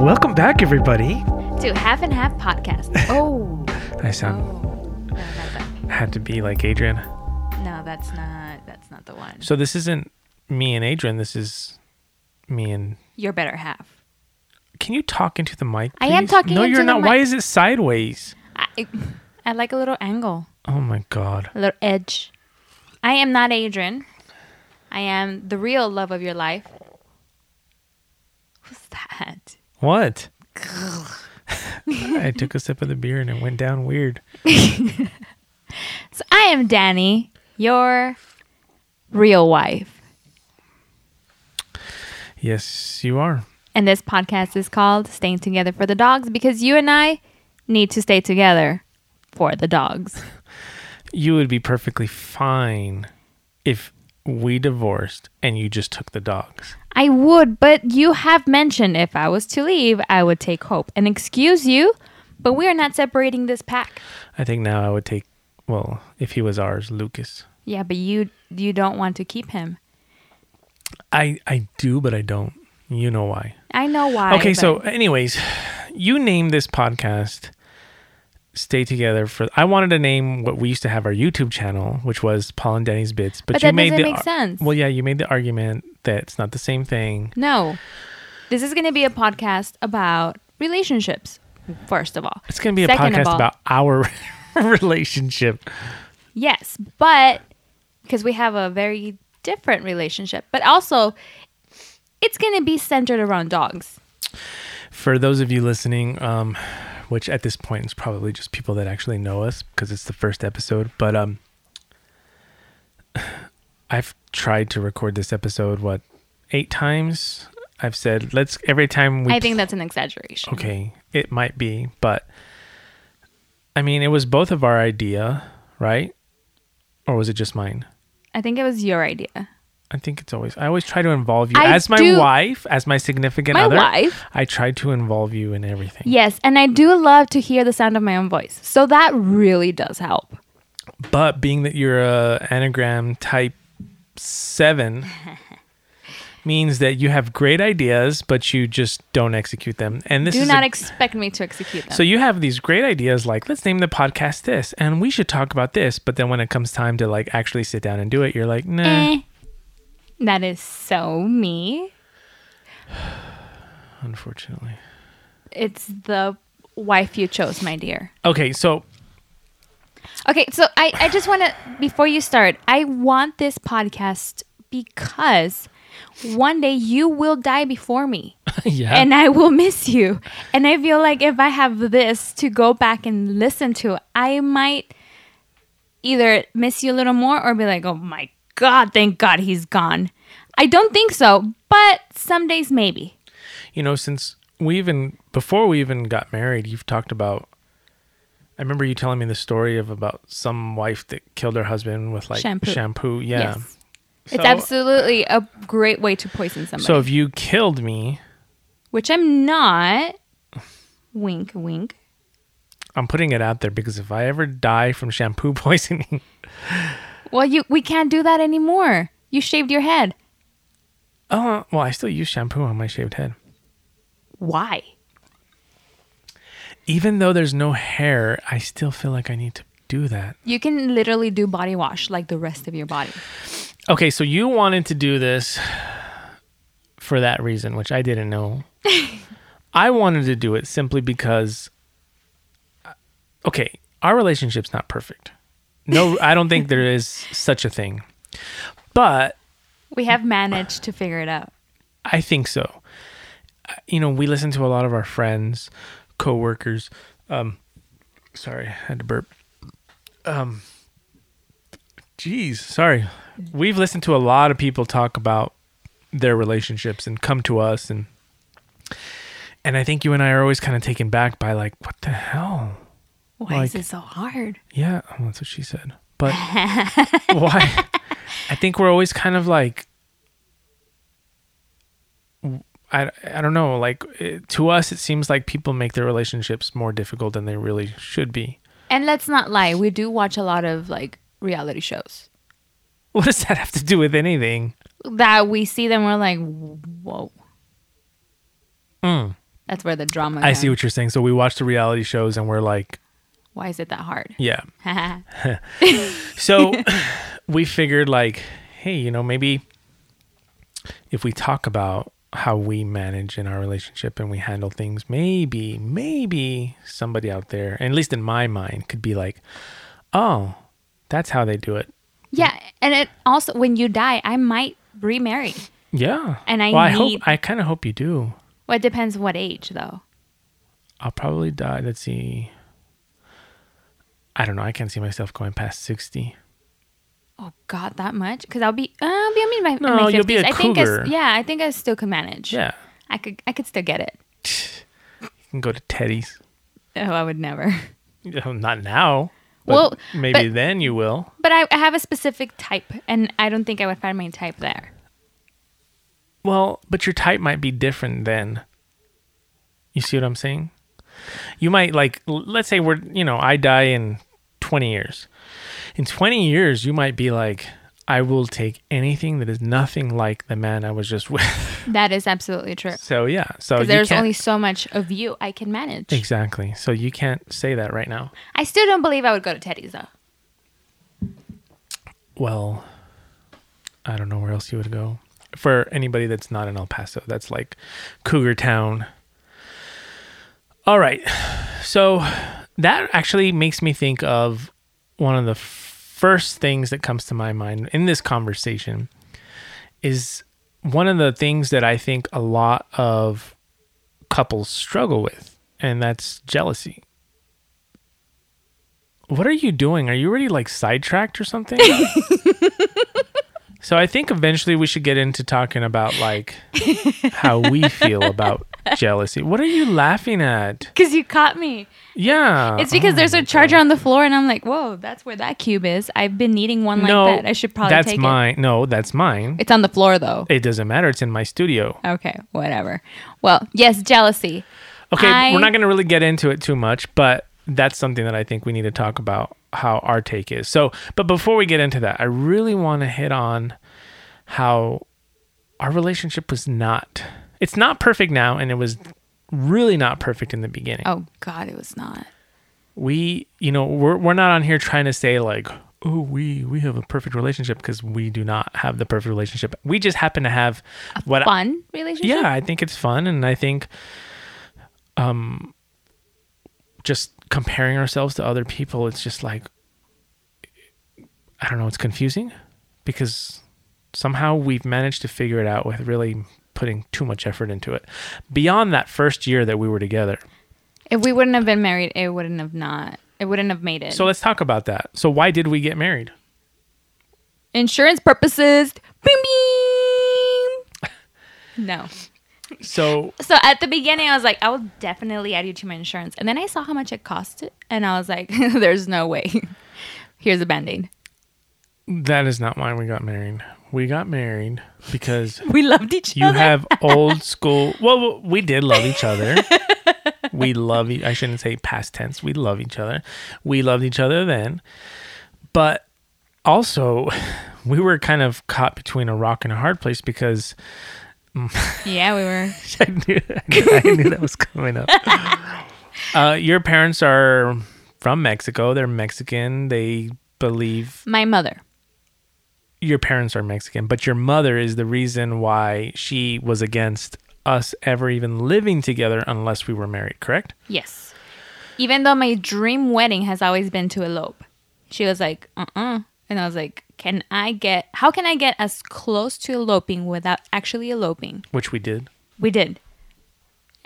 Welcome back, everybody. to Half and Half podcast. Oh, I sound oh, no, not that. had to be like Adrian. No, that's not. That's not the one. So this isn't me and Adrian. This is me and. Your better half. Can you talk into the mic? I am please? talking No, into you're the not. mic. Why is it sideways? I, I like a little angle, Oh my god. a little edge. I am not Adrian. I am the real love of your life. Who's that? What? I took a sip of the beer and it went down weird. So I am Danny, your real wife, Yes, you are. and this podcast is called "Staying Together for the Dogs" because you and I need to stay together for the dogs. You would be perfectly fine if we divorced and you just took the dogs. I would, but you have mentioned if I was to leave, I would take Hope and excuse you, but we are not separating this pack. I think now I would take, well, if he was ours, Lucas. Yeah, but you you don't want to keep him. I, I do, but I don't. You know why. I know why. okay, but- so, anyways, you named this podcast Stay Together for. I wanted to name what we used to have our YouTube channel, which was Paul and Danny's Bits, but, But you that made doesn't the make ar- sense. Well, yeah, you made the argument that it's not the same thing. no, this is going to be a podcast about relationships. First of all, It's going to be a Second of podcast all- about our relationship. Yes, but because we have a very different relationship, but also it's going to be centered around dogs. for those of you listening, um, which at this point is probably just people that actually know us because it's the first episode, but um, I've tried to record this episode what eight times. I've said let's every time we I think that's an exaggeration. okay, it might be, but I mean it was both of our idea, right? Or was it just mine? I think it was your idea. I think it's always I always try to involve you I as my do- wife, as my significant My other. wife? I try to involve you in everything. Yes, and I do love to hear the sound of my own voice. So that really does help. But being that you're a anagram type seven means that you have great ideas, but you just don't execute them. And this do is not a- expect me to execute them. so you have these great ideas like let's name the podcast this and we should talk about this. But then when it comes time to like actually sit down and do it, you're like, nah, Eh. that is so me. unfortunately. It's the wife you chose, my dear. Okay, so Okay, so I, I just want to, before you start, I want this podcast because one day you will die before me yeah. and I will miss you. And I feel like if I have this to go back and listen to, I might either miss you a little more or be like, oh my God, thank God he's gone. I don't think so, but some days maybe. you know, since we even before we even got married, you've talked about. I remember you telling me the story of about some wife that killed her husband with like Shampoo. shampoo. yeah. Yes. So- uh, it's absolutely a great way to poison somebody, So if you killed me, which I'm not. Wink, wink. I'm putting it out there because if I ever die from shampoo poisoning, Well, you we can't do that anymore. You shaved your head. oh well, I still use shampoo on my shaved head, Why? even though there's no hair. I still feel like I need to do that. You can literally do body wash like the rest of your body. Okay, so you wanted to do this for that reason, which I didn't know. I wanted to do it simply because uh, okay, our relationship's not perfect. No, I don't think there is such a thing. But We have managed to figure it out. I think so. Uh, You know, we listen to a lot of our friends, coworkers. Um, sorry, I had to burp. Um, jeez, sorry. We've listened to a lot of people talk about their relationships and come to us and and I think you and I are always kind of taken back by like, what the hell? Why Like- is it so hard? Yeah, well, that's what she said. But why? I think we're always kind of like, I, I don't know. Like it, to us, it seems like people make their relationships more difficult than they really should be. And let's not lie, we do watch a lot of like reality shows What does that have to do with anything? that we see them. We're like, whoa. That's where the drama. Hmm. I see comes. what you're saying. So we watch the reality shows and we're like, Why is it that hard? yeah. So we figured like, hey, you know, maybe if we talk about how we manage in our relationship and we handle things, maybe, maybe somebody out there, and at least in my mind, could be like, oh, that's how they do it. yeah, and it also when you die, I might remarry. Yeah. And I well, I hope need- I kind of hope you do. Well, it depends what age though. I'll probably die. Let's see. I don't know. I can't see myself going past sixty. Oh God, that much? Because I'll be, uh, I'll be, I mean, my, No, my 50s. you'll be a I think I, cougar. s- yeah, I think I still could manage. Yeah, I could, I could still get it. you can go to Teddy's. Oh, I would never. You know, Not now. But Well, maybe but- then you will. But I, I have a specific type, and I don't think I would find my type there. Well, but your type might be different then. You see what I'm saying? You might like l- let's say we're you know I die in 20 years. In 20 years, you might be like, I will take anything that is nothing like the man I was just with. That is absolutely true. so yeah, so you Because there's can't- only so much of you I can manage. Exactly. So you can't say that right now. I still don't believe I would go to Teddy's though. Well, I don't know where else you would go. For anybody that's not in El Paso, that's like Cougar Town. All right. So that actually makes me think of one of the first things that comes to my mind in this conversation is one of the things that I think a lot of couples struggle with, and that's jealousy. What are you doing? Are you already like sidetracked or something? so I think eventually we should get into talking about like how we feel about jealousy. What are you laughing at? Because you caught me. Yeah. It's because Oh there's my a charger on the floor, and I'm like, whoa, that's where that cube is. I've been needing one God. like no, that. I should probably That's take mine. No, that's mine. it. It's on the floor though. It doesn't matter. It's in my studio. Okay, whatever. Well, yes, jealousy. Okay, I- we're not going to really get into it too much, but that's something that I think we need to talk about how our take is. So, but before we get into that, I really want to hit on how our relationship was not it's not perfect now and it was really not perfect in the beginning. Oh God, it was not. we you know we're, we're not on here trying to say like oh we we have a perfect relationship because we do not have the perfect relationship we just happen to have what I, Fun relationship. yeah i think it's fun and i think um just comparing ourselves to other people it's just like i don't know it's confusing because somehow we've managed to figure it out with really putting too much effort into it beyond that first year that we were together If we wouldn't have been married, it wouldn't have not. It wouldn't have made it. so let's talk about that so why did we get married Insurance purposes. Bing, bing. No. so So at the beginning, I was like, I will definitely add you to my insurance. And then I saw how much it cost, and I was like, there's no way. Here's a band aid. That is not why we got married. We got married because We loved each you other. have old school. Well, we did love each other. We love. e- I shouldn't say past tense. We love each other. We loved each other then, but also we were kind of caught between a rock and a hard place because yeah, we were. I knew, I knew that was coming up. Uh, your parents are from Mexico. They're Mexican. They believe My mother. your parents are Mexican, but your mother is the reason why she was against us ever even living together unless we were married, correct? Yes. Even though my dream wedding has always been to elope, she was like, uh uh And I was like, can I get, how can I get as close to eloping without actually eloping? Which we did. We did.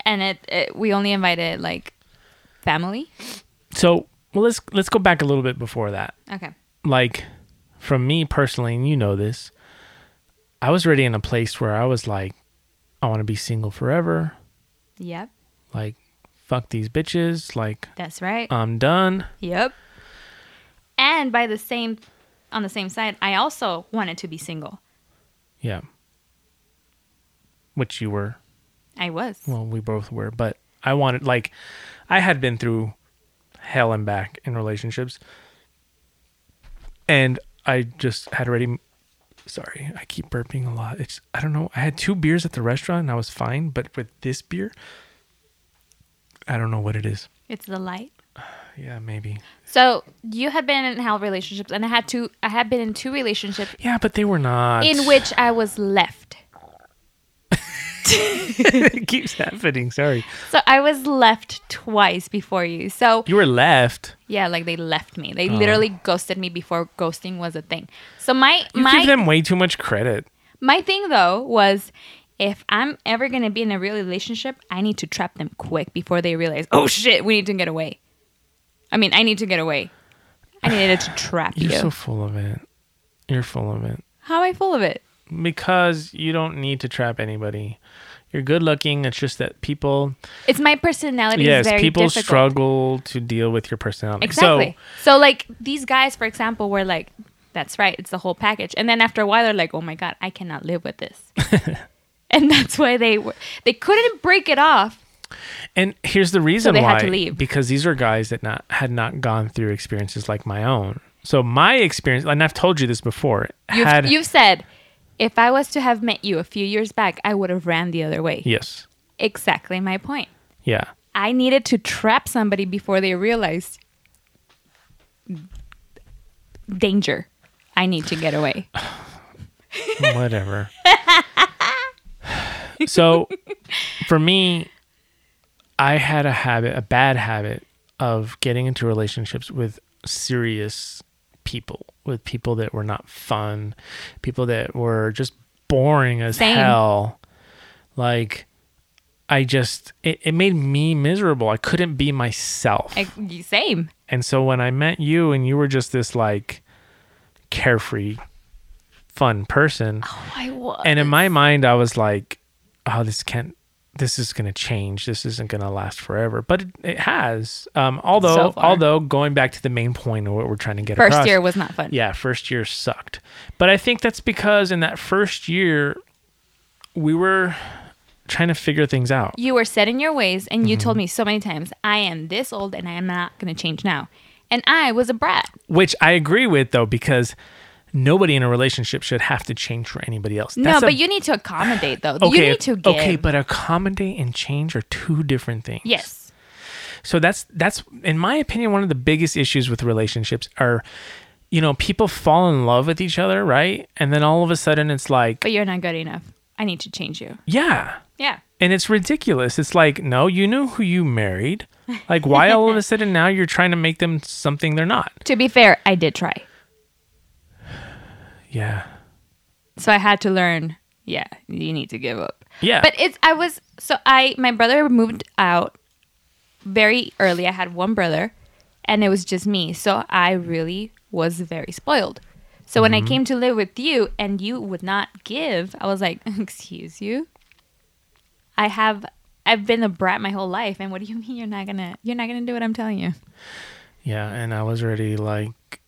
And it, it we only invited like family. So, well let's let's go back a little bit before that. Okay. Like from me personally, and you know this, I was already in a place where I was like I want to be single forever, Yep. like fuck these bitches, like That's right. I'm done. Yep. And by the same, on the same side, I also wanted to be single. Yeah. Which you were I was. well we both were but i wanted like i had been through hell and back in relationships and i just had already sorry i keep burping a lot it's i don't know i had two beers at the restaurant and i was fine but with this beer I don't know what it is. It's the light. Yeah, maybe. So you had been in how relationships, and I had two. I had been in two relationships Yeah, but they were not. in which I was left. it keeps happening. Sorry, So I was left twice before you. So you were left. yeah, like they left me. Oh. They literally ghosted me before ghosting was a thing. So my You my give them way too much credit. my thing though was. If I'm ever gonna be in a real relationship, I need to trap them quick before they realize, oh shit, we need to get away. I mean, I need to get away. I needed to trap you. You're so full of it. You're full of it How am I full of it? because you don't need to trap anybody. You're good looking. It's just that people, It's my personality. yes, is very people difficult. struggle to deal with your personality. Exactly. So, like these guys, for example, were like, "That's right, it's the whole package." And then after a while, they're like, "Oh my god, I cannot live with this," and that's why they were they couldn't break it off. So, and here's the reason they why had to leave. because these are guys that not had not gone through experiences like my own. So my experience, and I've told you this before, You've, had you've said, "If I was to have met you a few years back, I would have ran the other way." yes, Exactly my point. yeah. I needed to trap somebody before they realized danger. I need to get away. whatever. so for me, I had a habit, a bad habit of getting into relationships with serious people, with people that were not fun, people that were just boring as Same. hell. Like, I just, it, it made me miserable. I couldn't be myself. I, same. And so when I met you and you were just this like carefree, fun person, I was. and in my mind, I was like, "Oh, this can't. This is gonna change. This isn't gonna last forever." But it, it has. Um, although, So far. although going back to the main point of what we're trying to get First across, year was not fun. yeah, first year sucked. But I think that's because in that first year, we were trying to figure things out. You were set in your ways, and you told me Mm-hmm. so many times, I am this old and I am not going to change now. And I was a brat. which I agree with though, because nobody in a relationship should have to change for anybody else. That's no, a- but you need to accommodate, though. okay, you need to give. okay, but accommodate and change are two different things. yes. So that's that's in my opinion one of the biggest issues with relationships are you know, people fall in love with each other, right? And then all of a sudden it's like, But you're not good enough. I need to change you. yeah. Yeah. And it's ridiculous. It's like, no, you knew who you married. Like why all of a sudden now you're trying to make them something they're not? To be fair, I did try. Yeah. So I had to learn, yeah, you need to give up. Yeah. But it's, I was, so I, my brother moved out very early. I had one brother and it was just me. So I really was very spoiled. So when Mm-hmm. I came to live with you and you would not give, I was like, excuse you. I have, I've been a brat my whole life. And what do you mean you're not gonna, you're not gonna do what I'm telling you? Yeah, and I was already like,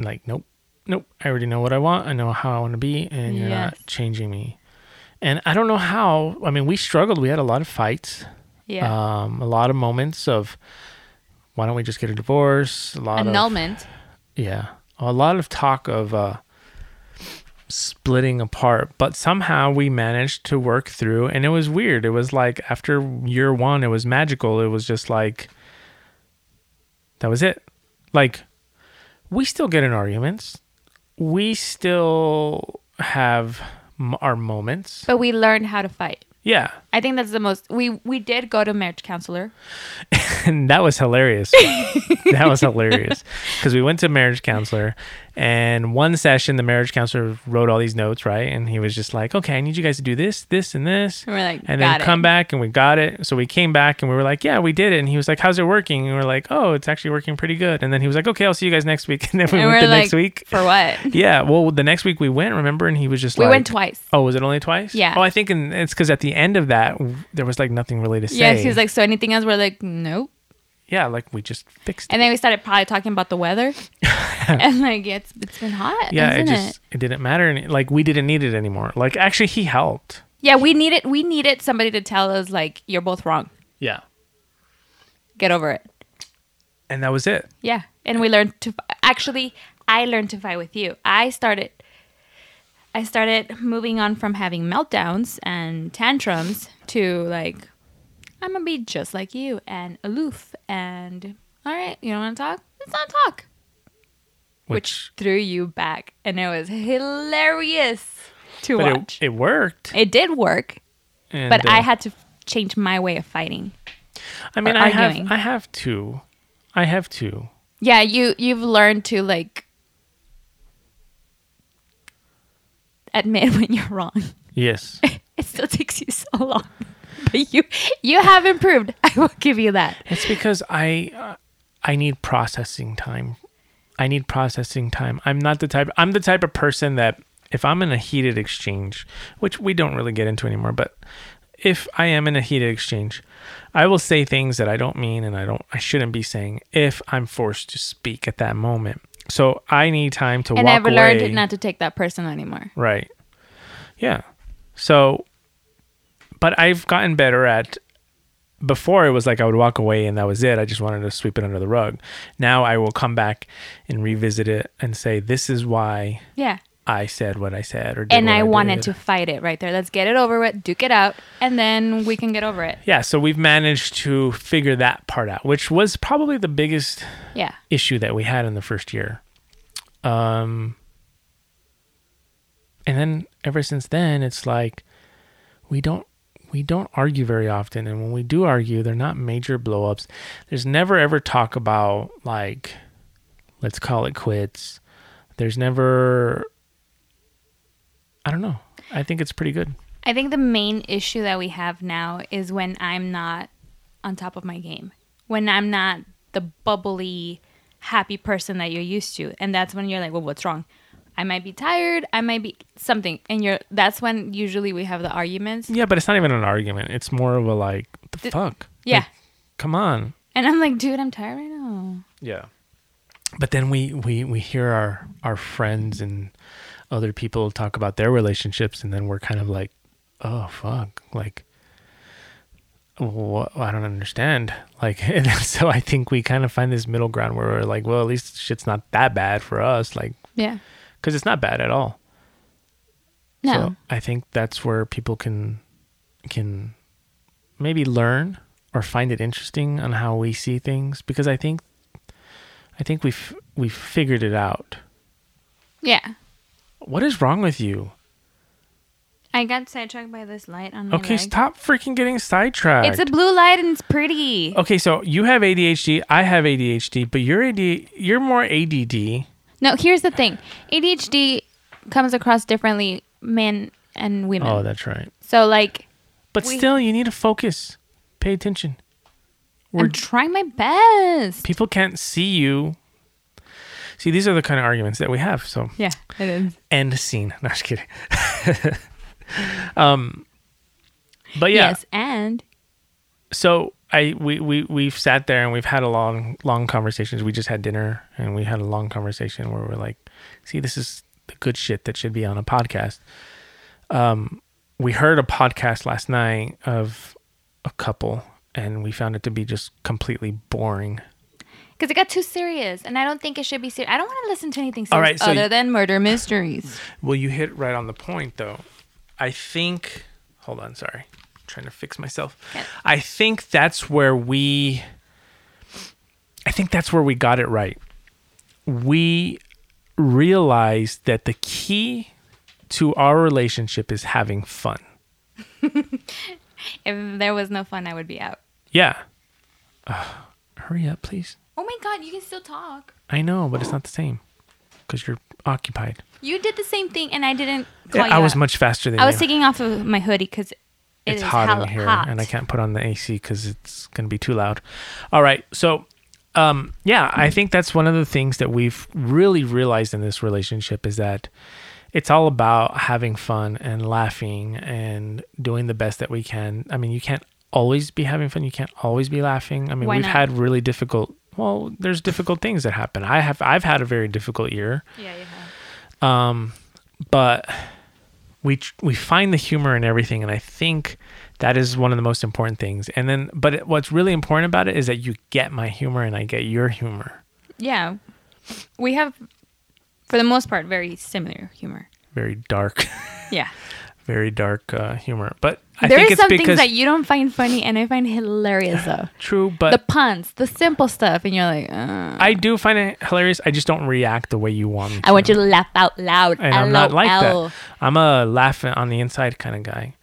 like, nope, nope. I already know what I want. I know how I want to be, and you're Yes. not changing me. And I don't know how. I mean, we struggled. We had a lot of fights, Yeah. um, a lot of moments of, why don't we just get a divorce? A lot of Annulment. yeah, a lot of talk of uh, splitting apart. But somehow we managed to work through, and it was weird. It was like after year one, it was magical. It was just like that was it. Like we still get in arguments. We still have m- our moments. But we learned how to fight. Yeah, I think that's the most, we, we did go to marriage counselor. and that was hilarious. that was hilarious because we went to marriage counselor, and one session the marriage counselor wrote all these notes, right? And he was just like, "Okay, I need you guys to do this, this, and this." And we're like, and Mm, "Got then it." come back, and we got it. So we came back, and we were like, "Yeah, we did it." And he was like, "How's it working?" And we are like, "Oh, it's actually working pretty good." And then he was like, "Okay, I'll see you guys next week." And then we and went we're the like, next week. for what? Yeah, well, the next week we went, remember? And he was just We like, went twice. Oh, was it only twice? Yeah. Oh, I think in, it's because at the end of that, w- there was like nothing really to say. Yes, he was like, so anything else? We're like, nope. yeah, like we just fixed And then we started probably talking about the weather, and like it's it's been hot, yeah, it isn't it, just it? didn't matter, and like we didn't need it anymore. Like actually, he helped. Yeah, we needed we needed somebody to tell us like you're both wrong, Yeah, get over it. and that was it. Yeah, and we learned to f- actually. I learned to fight with you. I started. I started moving on from having meltdowns and tantrums to like, I'm gonna be just like you and aloof and all right, you don't want to talk? Let's not talk. which, Threw you back, and it was hilarious to but watch. it, it worked. It, did work, and, but I uh, had to f- change my way of fighting. I mean, or I have, arguing. I have two, I have two. Yeah, you you've learned to like admit when you're wrong. Yes, It still takes you so long, but you you have improved. I will give you that. it's because I, uh, I need processing time. I need processing time. I'm not the type. I'm the type of person that if I'm in a heated exchange, which we don't really get into anymore, but if I am in a heated exchange, I will say things that I don't mean and I don't I shouldn't be saying if I'm forced to speak at that moment. So I need time to And walk I've away. learned not to take that personal anymore. Right. Yeah. So, but I've gotten better at. Before it was like I would walk away and that was it. I just wanted to sweep it under the rug. Now I will come back and revisit it and say, "This is why Yeah. I said what I said." Or did And what I wanted did." to fight it right there. Let's get it over with, duke it out, and then we can get over it. Yeah. So we've managed to figure that part out, which was probably the biggest Yeah. issue that we had in the first year. Um, and then ever since then, it's like we don't we don't argue very often, and when we do argue, they're not major blowups. There's never ever talk about like let's call it quits. There's never I don't know. I think it's pretty good. I think the main issue that we have now is when I'm not on top of my game, when I'm not the bubbly, happy person that you're used to, and that's when you're like, "Well, what's wrong? I might be tired. I might be something." And you're that's when usually we have the arguments. Yeah, but it's not even an argument. It's more of a like the Th- fuck. Yeah, Like, come on. and I'm like, "Dude, I'm tired right now." Yeah. But then we we we hear our our friends and other people talk about their relationships, and then we're kind of like, oh fuck, like. What, I don't understand. Like, and so I think we kind of find this middle ground where we're like, well, at least shit's not that bad for us. Like, Yeah, because it's not bad at all. no, So I think that's where people can can maybe learn or find it interesting on how we see things because I think I think we've we've figured it out. yeah. What is wrong with you? I got sidetracked by this light on my Okay, leg. stop freaking getting sidetracked. It's a blue light and it's pretty. okay, so you have ADHD, I have ADHD, but you're AD you're more ADD. No, here's the thing: ADHD comes across differently, men and women. Oh, that's right. So like But We- still you need to focus. Pay attention. We're I'm trying my best. people can't see you. See, these are the kind of arguments that we have, so Yeah, it is. end scene. No, just kidding. um, but yeah, Yes, and so I we we we've sat there and we've had a long long conversations. We just had dinner and we had a long conversation where we're like, see, this is the good shit that should be on a podcast. Um, we heard a podcast last night of a couple and we found it to be just completely boring. because it got too serious, and I don't think it should be serious. I don't want to listen to anything All serious right, so other you- than murder mysteries. Well, you hit right on the point, though. I think. Hold on, sorry. trying to fix myself. Yeah. I think that's where we. I think that's where we got it right. We realized that the key to our relationship is having fun. If there was no fun, I would be out. Yeah. Ugh, hurry up, please. Oh my god, you can still talk. I know, but it's not the same because you're occupied. You did the same thing, and I didn't. Call you I was out. much faster than I was you. taking off of my hoodie because it's hot in here and i can't put on the ac because it's going to be too loud all right so um, yeah i think that's one of the things that we've really realized in this relationship is that it's all about having fun and laughing and doing the best that we can i mean you can't always be having fun you can't always be laughing i mean Why we've not? had really difficult well there's difficult things that happen i have i've had a very difficult year Yeah, you have. um, but we tr- we find the humor in everything, and I think that is one of the most important things. And then, but it, what's really important about it is that you get my humor and I get your humor. Yeah, we have, for the most part, very similar humor. Very dark, Yeah. very dark uh, humor. But I there think is it's some because things that you don't find funny and I find hilarious though. true, but the puns, the simple stuff, and you're like, uh, I do find it hilarious. I just don't react the way you want me. I want you to laugh out loud. and I'm not like LOL. that. I'm a laughing on the inside kind of guy.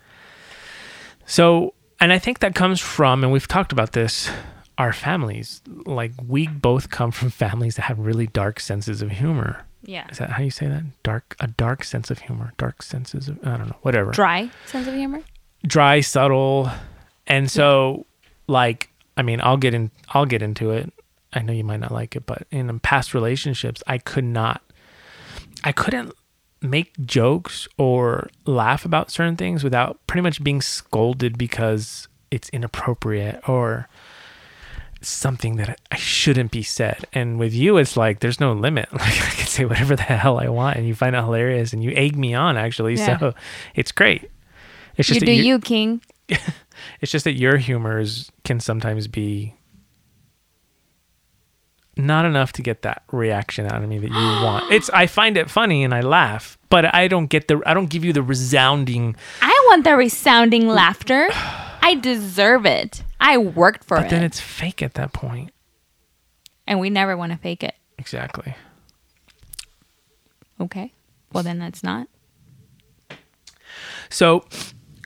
So, and I think that comes from, and we've talked about this, our families. Like we both come from families that have really dark senses of humor. Yeah. Is that how you say that? Dark, a dark sense of humor, dark senses of I don't know, whatever. Dry sense of humor. Dry, subtle, and so like I mean, I'll get in, I'll get into it. I know you might not like it, but in past relationships, I could not, I couldn't make jokes or laugh about certain things without pretty much being scolded because it's inappropriate or something that I shouldn't be said. And with you, it's like there's no limit. Like I can say whatever the hell I want, and you find it hilarious, and you egg me on actually. Yeah. So it's great. It's You that do you, King. it's just that your humors can sometimes be not enough to get that reaction out of me that you want. It's I find it funny and I laugh, but I don't get the I don't give you the resounding. I want the resounding laughter. I deserve it. I worked for But then it, it's fake at that point. and we never want to fake it. Exactly. Okay. Well, then that's not. So,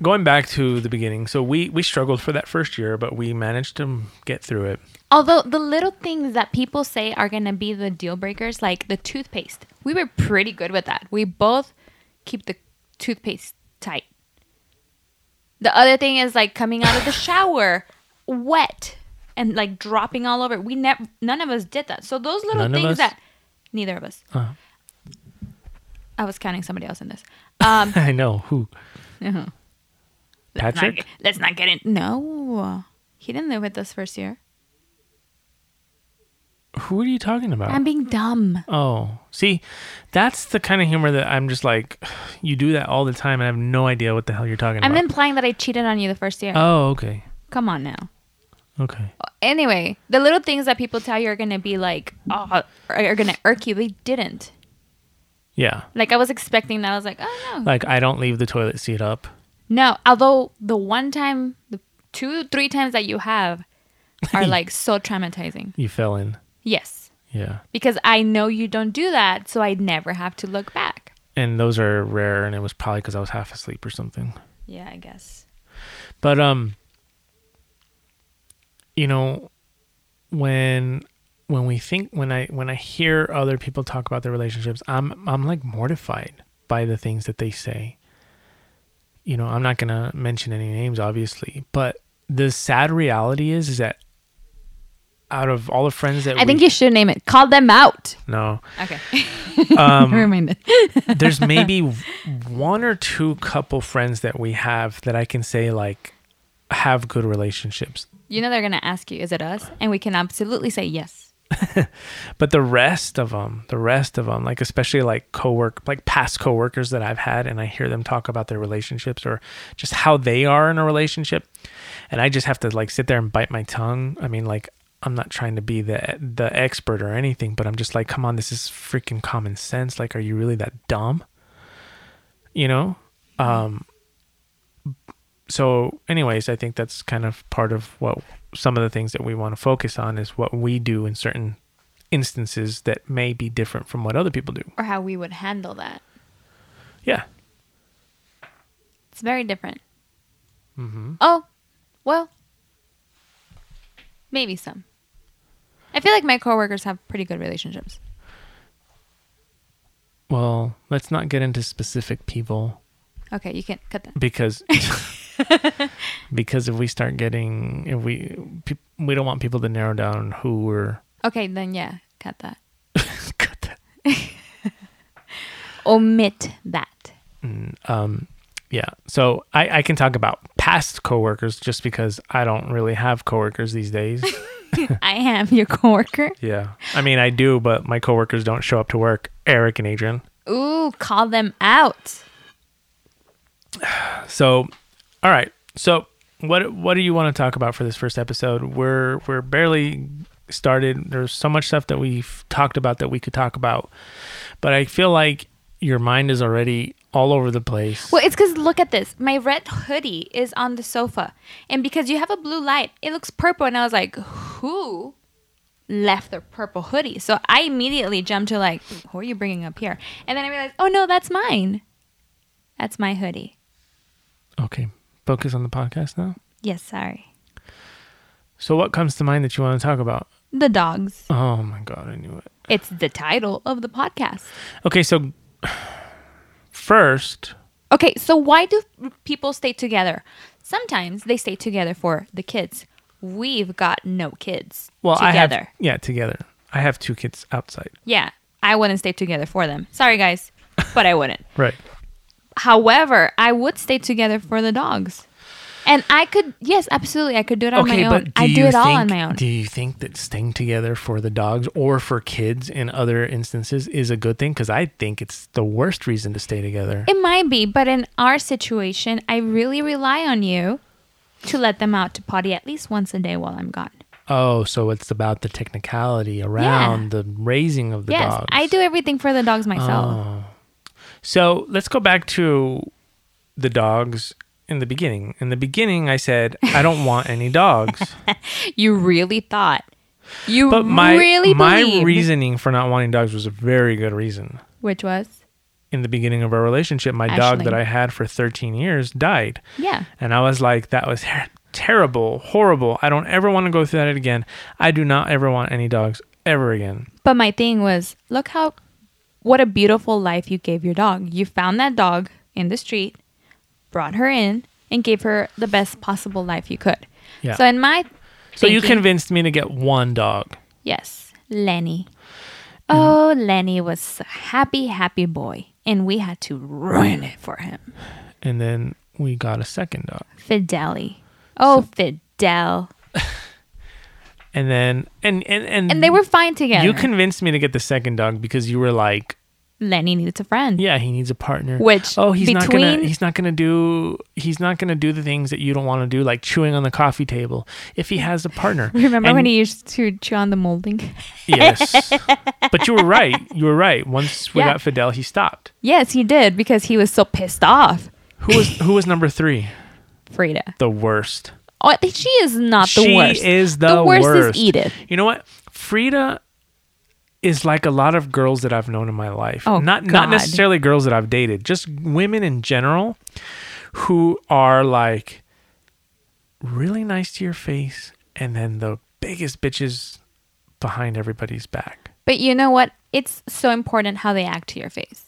going back to the beginning. So we we struggled for that first year, but we managed to get through it. Although the little things that people say are going to be the deal breakers, like the toothpaste, we were pretty good with that. We both keep the toothpaste tight. The other thing is like coming out of the shower wet and like dropping all over. We never, none of us did that. So those little None of things us? that neither of us. Uh-huh. I was counting somebody else in this. Um, I know who. Uh-huh. let's not Patrick? get- let's not get in. No, he didn't live with us first year. Who are you talking about? I'm being dumb. Oh, see, that's the kind of humor that I'm just like, you do that all the time, and I have no idea what the hell you're talking I'm about. implying that I cheated on you the first year. oh, okay, Come on now. okay. Anyway, the little things that people tell you are gonna be like, oh, are gonna irk you. They didn't. Yeah, Like I was expecting that. I was like, oh no, like I don't leave the toilet seat up. no. Although the one time, the two, three times that you have, are like so traumatizing. You fell in. Yes, Yeah, because I know you don't do that, so I never have to look back. and those are rare, and it was probably because I was half asleep or something. Yeah, I guess. But um, you know, when when we think when I when I hear other people talk about their relationships, I'm I'm like mortified by the things that they say. You know, I'm not gonna mention any names, obviously, but the sad reality is is that out of all the friends that I think we, you should name it. Call them out. no, Okay. Reminded. there's maybe one or two couple friends that we have that I can say like have good relationships. You know they're gonna ask you, is it us? And we can absolutely say yes. but the rest of them the rest of them like especially like co-work like past coworkers that i've had and i hear them talk about their relationships or just how they are in a relationship and i just have to like sit there and bite my tongue i mean like i'm not trying to be the the expert or anything but i'm just like come on this is freaking common sense like are you really that dumb you know um so anyways i think that's kind of part of what some of the things that we want to focus on is what we do in certain instances that may be different from what other people do Or how we would handle that. yeah It's very different. Oh, well, maybe some. I feel like my coworkers have pretty good relationships. well let's not get into specific people Okay, you can cut that. because because if we start getting if we pe- we don't want people to narrow down who we're Okay, then yeah, cut that. Cut that. Omit that. um yeah so I, I can talk about past coworkers just because i don't really have coworkers these days I am your coworker. yeah i mean i do but my coworkers don't show up to work eric and adrian Ooh, call them out. So, all right. So, what what do you want to talk about for this first episode? We're we're barely started. There's so much stuff that we've talked about that we could talk about, but I feel like your mind is already all over the place. Well, it's because look at this. My red hoodie is on the sofa. And because you have a blue light, it looks purple. And I was like, who left their purple hoodie? So I immediately jumped to, like, who are you bringing up here? And then I realized, oh no, that's mine. That's my hoodie. Okay, focus on the podcast now. Yes, sorry. So, what comes to mind that you want to talk about? The dogs. Oh my god, I knew it. It's the title of the podcast. Okay, so first, Okay, so why do people stay together? Sometimes they stay together for the kids. We've got no kids well, together. I have yeah, together. I have two kids outside. Yeah, I wouldn't stay together for them. Sorry, guys, but I wouldn't. Right. However, I would stay together for the dogs. And I could, yes, absolutely, I could do it on okay, my but own. do I do it you all think, on my own. Do you think that staying together for the dogs or for kids in other instances is a good thing? Because I think it's the worst reason to stay together. it might be, but in our situation, I really rely on you to let them out to potty at least once a day while I'm gone. oh, so it's about the technicality around the raising of the yes, dogs. I do everything for the dogs myself. So let's go back to the dogs in the beginning. In the beginning, I said I don't want any dogs. You really thought. You Oh. But my really my believed. reasoning for not wanting dogs was a very good reason. Which was? In the beginning of our relationship, my dog Ashley. that I had for 13 years died. Yeah. And I was like, that was her- terrible, horrible. I don't ever want to go through that again. I do not ever want any dogs ever again. But my thing was, look how, what a beautiful life you gave your dog. You found that dog in the street, brought her in, and gave her the best possible life you could. Yeah. So in my, So you thinking- convinced me to get one dog. yes, Lenny. Mm-hmm. Oh, Lenny was a happy, happy boy, and we had to ruin it for him. And then we got a second dog. Fideli. Oh, Fidel. And then and and and, And they were fine together. Mm. You convinced me to get the second dog because you were like, Lenny needs a friend. yeah, he needs a partner. Which, oh, he's not gonna between- he's not gonna do he's not gonna do the things that you don't want to do, like chewing on the coffee table. If he has a partner, Remember And- when he used to chew on the molding? yes, but you were right. You were right. Once we Yeah. got Fidel, he stopped. Yes, he did because he was so pissed off. Who was who was number three? Frida. The worst. Oh, I think she is not the she worst. is the, worst. is Edith. You know what? Frida is like a lot of girls that I've known in my life. Oh, not God. not necessarily girls that I've dated, just women in general who are like really nice to your face and then the biggest bitches behind everybody's back. But you know what? It's so important how they act to your face.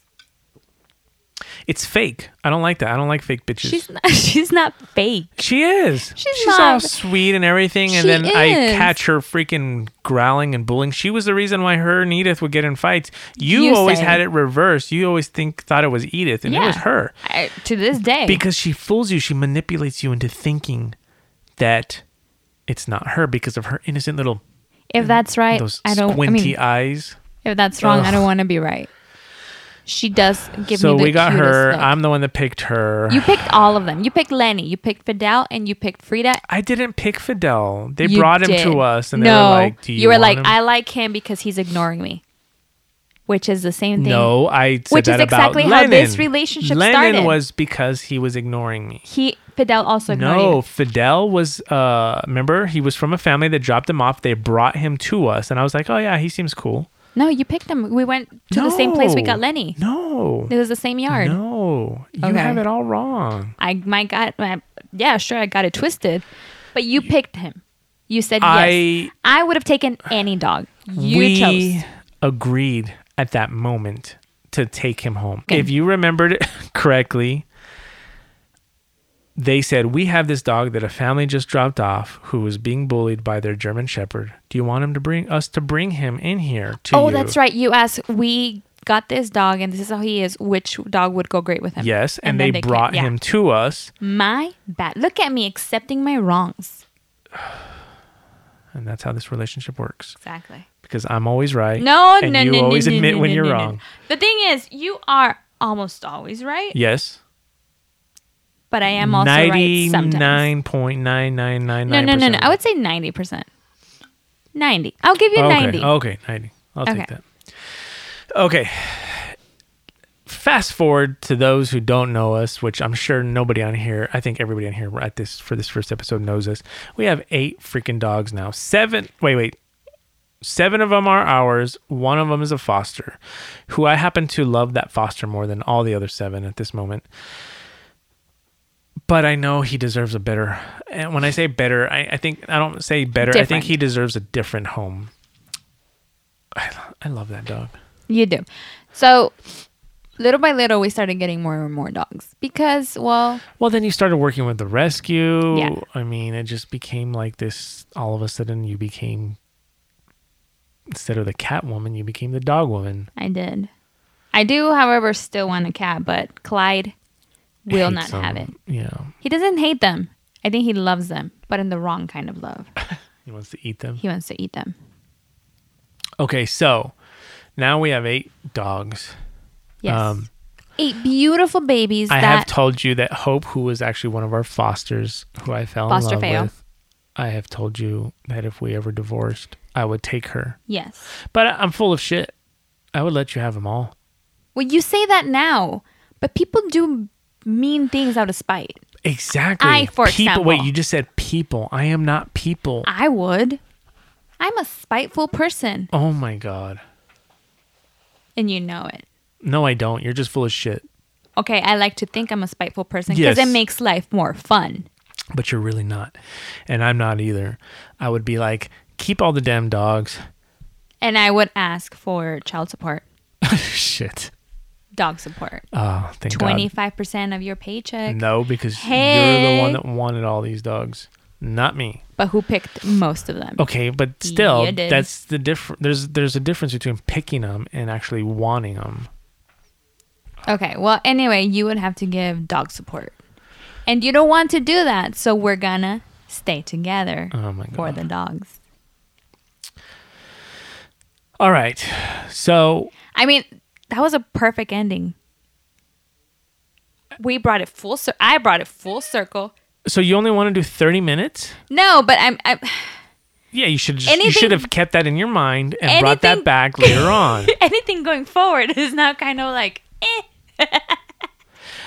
It's fake. I don't like that. I don't like fake bitches. She's not, she's not fake. she is. She's all not. sweet and everything, and She then I is. catch her freaking growling and bullying. She was the reason why her and Edith would get in fights. You, You always say. had it reversed. You always think thought it was Edith, and it was her I, to this day. because she fools you. She manipulates you into thinking that it's not her because of her innocent little if that's right, those I don't. I squinty mean, eyes. if that's wrong, I Ugh. don't want to be right. She does give So me the we got cutest her. look. I'm the one that picked her. you picked all of them. You picked Lenny. You picked Fidel, and you picked Frida. I didn't pick Fidel. They You brought him did. to us, and no, they were like, "Do you, were want like, him?" I like him because he's ignoring me," which is the same thing. No, I said Which that is exactly about how Lennon. this relationship Lennon started. was because he was ignoring me. he Fidel also ignored you. No, Fidel was. Uh, remember, he was from a family that dropped him off. They brought him to us, and I was like, "Oh yeah, he seems cool." No, you picked him. We went to the same place we got No. Lenny. No, It was the same yard. no, you Okay. have it all wrong. I my got my, yeah, sure I got it twisted, but you picked him. You said I- yes. I would have taken any dog. You we chose. agreed at that moment to take him home. If you remembered it correctly, they said, We have this dog that a family just dropped off who was being bullied by their German Shepherd. Do you want him to bring us to bring him in here to Oh, you?" that's right. You asked. We got this dog, and this is how he is. Which dog would go great with him? Yes. And, then they, came- brought yeah. him to us. My bad. Look at me accepting my wrongs. And that's how this relationship works. Exactly. Because I'm always right. No, and no, you no, no, always no, admit no, when no, you're no, no. wrong. The thing is, you are almost always right, Yes. but I am also right sometimes. 99.9999%. No, no, no, no. I would say 90%. 90. I'll give you Oh, okay. 90. Okay, 90. I'll Okay. take that. Okay. fast forward to those who don't know us, which I'm sure nobody on here, I think everybody on here at this for this first episode knows us. We have eight freaking dogs now. Seven. Wait, wait. Seven of them are ours. One of them is a foster, who I happen to love that foster more than all the other seven at this moment. But I know he deserves a better. And when I say better, I, I think I don't say better. I think Different. he deserves a different home. I, lo- I love that dog. You do. So little by little, we started getting more and more dogs because, well, Well, then you started working with the rescue. Yeah. I mean, it just became like this. All of a sudden, you became instead of the cat woman, you became the dog woman. I did. I do, however, still want a cat, but Clyde will not Hates have it. them. Yeah, He doesn't hate them. I think he loves them, but in the wrong kind of love. he wants to eat them. He wants to eat them. Okay, so now we have eight dogs. Yes. Um, Eight beautiful babies I have that told you that Hope, who was actually one of our fosters, who I fell Foster in love fail. with, I have told you that if we ever divorced, I would take her. yes. But I- I'm full of shit. I would let you have them all. Well, you say that now, but people do mean things out of spite. Exactly. I, for people. Wait, example. you just said people. I am not people. I would. I'm a spiteful person, oh my god. and you know it. No, I don't. You're just full of shit. Okay, I like to think I'm a spiteful person Yes. because it makes life more fun. But you're really not, and I'm not either. I would be like, keep all the damn dogs. And I would ask for child support, shit. dog support. Oh, thank God. 25% of your paycheck. No, because you're the Hey. one that wanted all these dogs, not me. But who picked most of them? Okay, but still, You did. that's the difference. There's there's a difference between picking them and actually wanting them. Okay, well, anyway, you would have to give dog support. And you don't want to do that, so we're gonna stay together Oh my god. for the dogs. all right, so I mean, that was a perfect ending. We brought it full circle. I brought it full circle. so you only want to do 30 minutes? No, but I'm, I'm Yeah, you should just, you Anything- should have kept that in your mind and brought that Anything- back later on. anything going forward is now kind of like, eh.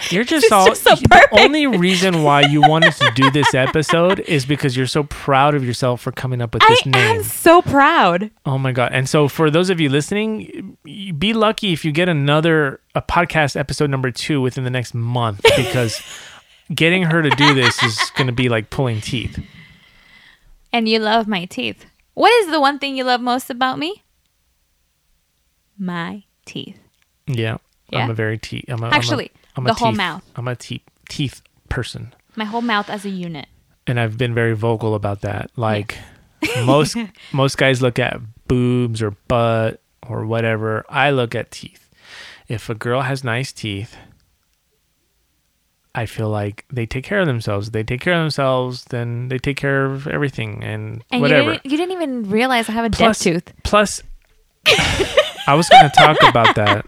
You're just all just so the perfect. only reason why you wanted to do this episode is because you're so proud of yourself for coming up with I this name. am so proud. Oh my god. And so for those of you listening, you be lucky if you get another a podcast episode number 2 within the next month because getting her to do this is going to be like pulling teeth. And you love my teeth. What is the one thing you love most about me? My teeth. Yeah. Yeah. I'm a very teeth. I'm a, I'm a- Actually, I'm a the whole teeth- mouth. I'm a teeth teeth person. My whole mouth as a unit. and I've been very vocal about that. Like most most guys look at boobs or butt or whatever. I look at teeth. If a girl has nice teeth, I feel like they take care of themselves. They take care of themselves, then they take care of everything and, And whatever. you didn't, you didn't even realize I have a death Plus- tooth. Plus, I was going to talk about that.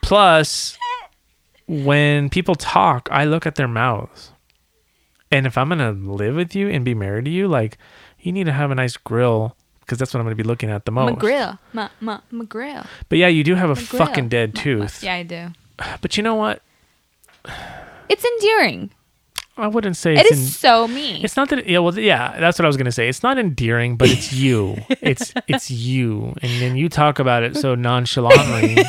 Plus, when people talk, I look at their mouths. And if I'm going to live with you and be married to you, like, you need to have a nice grill because that's what I'm going to be looking at the most. McGrill. Ma, ma, McGrill. But yeah, you do have a McGrill. fucking dead tooth. Yeah, I do. But you know what? It's endearing. I wouldn't say It's it's en- so me. It's not that yeah, well yeah, that's what I was gonna say. It's not endearing, but it's you. it's it's you. And then you talk about it so nonchalantly.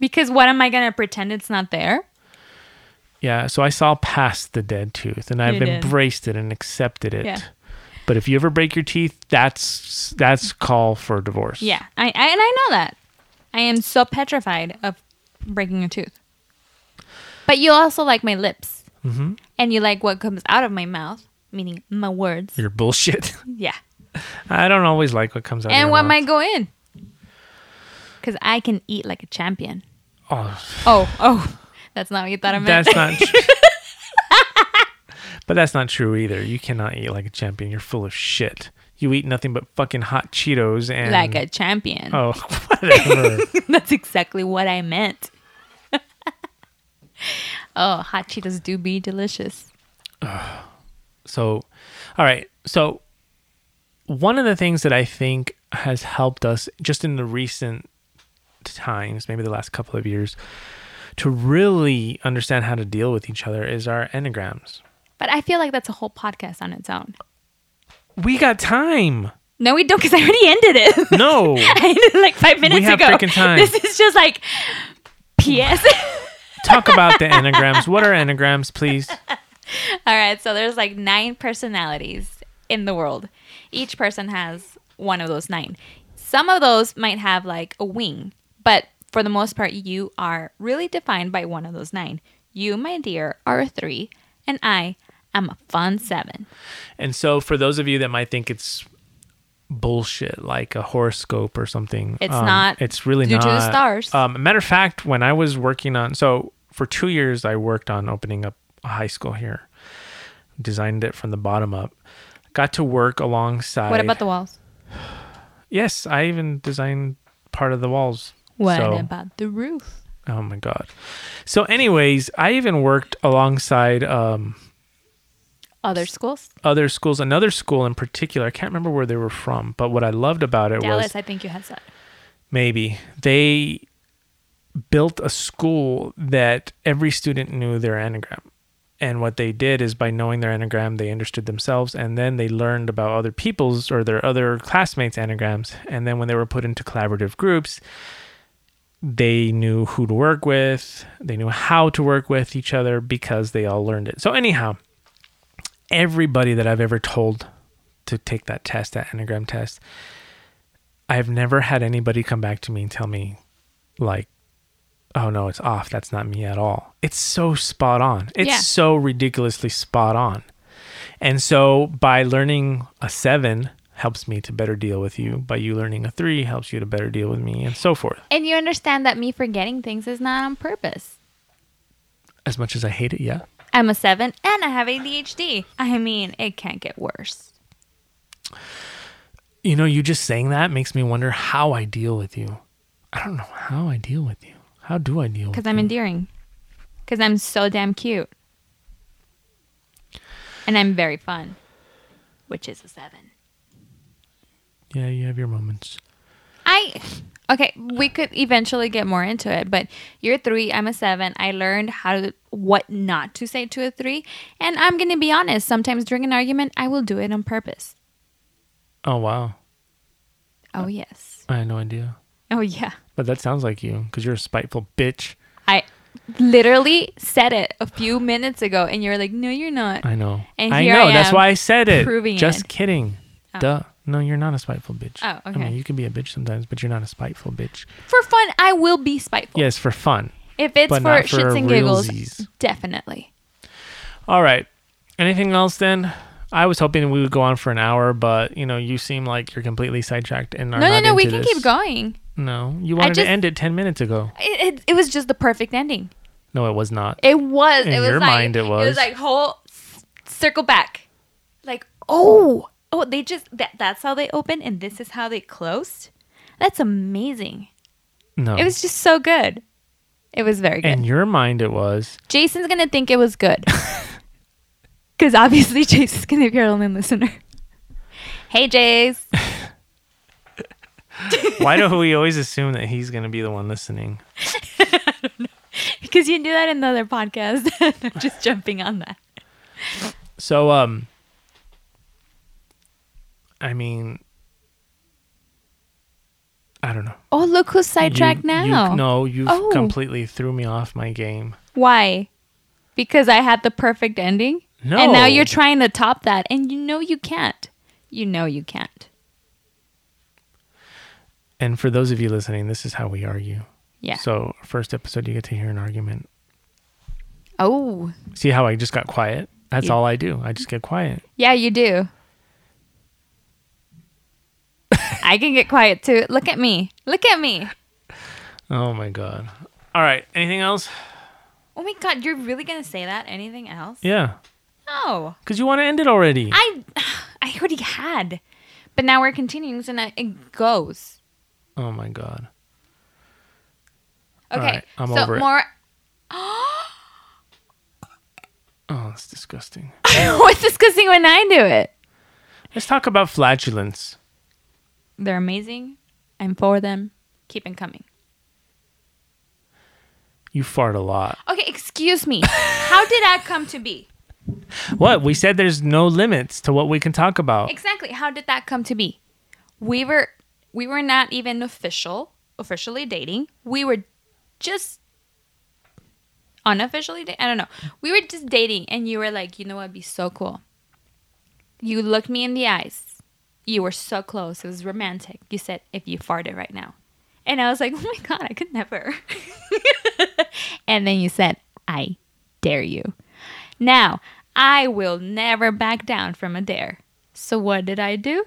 Because what am I going to pretend it's not there? Yeah, so I saw past the dead tooth and I've You did. embraced it and accepted it. Yeah. But if you ever break your teeth, that's that's call for divorce. Yeah. I, I And I know that. I am so petrified of breaking a tooth. But you also like my lips. Mm-hmm. And you like what comes out of my mouth, meaning my words. You're bullshit. Yeah. I don't always like what comes out And of what your might mouth. go in? Because I can eat like a champion. Oh, Oh, oh. That's not what you thought I meant. that's not true. But that's not true either. You cannot eat like a champion. You're full of shit. You eat nothing but fucking hot Cheetos and like a champion. Oh, whatever. That's exactly what I meant. oh, hot Cheetos do be delicious. So, all right. So, one of the things that I think has helped us just in the recent times, maybe the last couple of years, to really understand how to deal with each other is our enneagrams. But I feel like that's a whole podcast on its own. We got time. No, we don't, because I already ended it. No. I ended it like five minutes have ago. freaking time. This is just like P.S. Talk about the enneagrams. What are enneagrams, please? All right, so there's like nine personalities in the world. Each person has one of those nine. Some of those might have like a wing, but for the most part, you are really defined by one of those nine. You, my dear, are a three, and I am a fun seven. And so, for those of you that might think it's bullshit, like a horoscope or something, It's um, not It's really due not. to the stars. Um, matter of fact, when I was working on, so for two years, I worked on opening up a high school here, designed it from the bottom up. Got to work alongside. What about the walls? Yes, I even designed part of the walls. What So- about the roof? Oh my god. So, anyways, I even worked alongside um, Other schools? other schools. Another school in particular, I can't remember where they were from, but what I loved about it was Dallas, I think you had that. maybe they built a school that every student knew their anagram and what they did is by knowing their anagram they understood themselves and then they learned about other people's or their other classmates anagrams and then when they were put into collaborative groups they knew who to work with they knew how to work with each other because they all learned it so anyhow everybody that i've ever told to take that test that anagram test I've never had anybody come back to me and tell me, like, oh no, it's off. That's not me at all. It's so spot on. It's Yeah. so ridiculously spot on. And so by learning a seven helps me to better deal with you. By you learning a three helps you to better deal with me and so forth. And you understand that me forgetting things is not on purpose. As much as I hate it, yeah. I'm a seven and I have ADHD. I mean, it can't get worse. You know, you just saying that makes me wonder how I deal with you. I don't know how I deal with you. How do I deal with Because I'm endearing. Because I'm so damn cute. And I'm very fun, which is a seven. Yeah, you have your moments. I. Okay, we could eventually get more into it, but you're a three, I'm a seven. I learned how to, what not to say to a three. And I'm going to be honest, sometimes during an argument, I will do it on purpose. Oh wow. Oh, yes. I had no idea. Oh, yeah. But that sounds like you, because you're a spiteful bitch. I literally said it a few minutes ago, and you're like, "No, you're not." I know. And I here know. I That's am, why I said it. proving Just it. kidding. Duh. No, you're not a spiteful bitch. Oh, I okay. mean, you can be a bitch sometimes, but you're not a spiteful bitch. For fun, I will be spiteful. Yes, for fun. If it's for, but not for shits and giggles, realsies. definitely. All right. Anything else then? I was hoping we would go on for an hour, but you know, you seem like you're completely sidetracked and are No, no, not no. We into can this. keep going. No, you wanted to just- end it ten minutes ago. It, it, it was just the perfect ending. No, it was not. It was. In it was your like, mind, it It was. was like whole s- circle back. Like oh oh, they just that, that's how they opened, and this is how they closed. That's amazing. No, It was just so good. It was very good. in your mind it was. Jason's gonna think it was good. Cause obviously Jason's gonna be our only listener. Hey Jace. Why do we always assume that he's going to be the one listening? Because you do that in the other podcast. I'm just jumping on that. So, um, I mean, I don't know. Oh look who's You- sidetracked you- now. no, you Oh. completely threw me off my game. Why? Because I had the perfect ending? No. And now you're trying to top that and you know you can't. You know you can't. And for those of you listening, this is how we argue. Yeah. So, first episode, you get to hear an argument. oh. See how I just got quiet? That's You- all I do. I just get quiet. Yeah, you do. I can get quiet too. Look at me. Look at me. Oh my god. All right. Anything else? Oh my god, you're really gonna say that? Anything else? Yeah. No. Because you want to end it already. I I already had. But now we're continuing, so now it goes. oh my god. Okay. Alright, I'm so over it. more Oh, that's disgusting. what's disgusting when I do it? Let's talk about flatulence. They're amazing. I'm for them. Keep 'em coming. You fart a lot. Okay, excuse me. How did that come to be? What? We said there's no limits to what we can talk about. Exactly. How did that come to be? We were we were not even official officially dating. We were just unofficially dating. I don't know. We were just dating and you were like, "You know what'd be so cool?" You looked me in the eyes. You were so close. It was romantic. You said, "If you farted right now." And I was like, "Oh my god, I could never." and then you said, "I dare you." Now, I will never back down from a dare. So what did I do?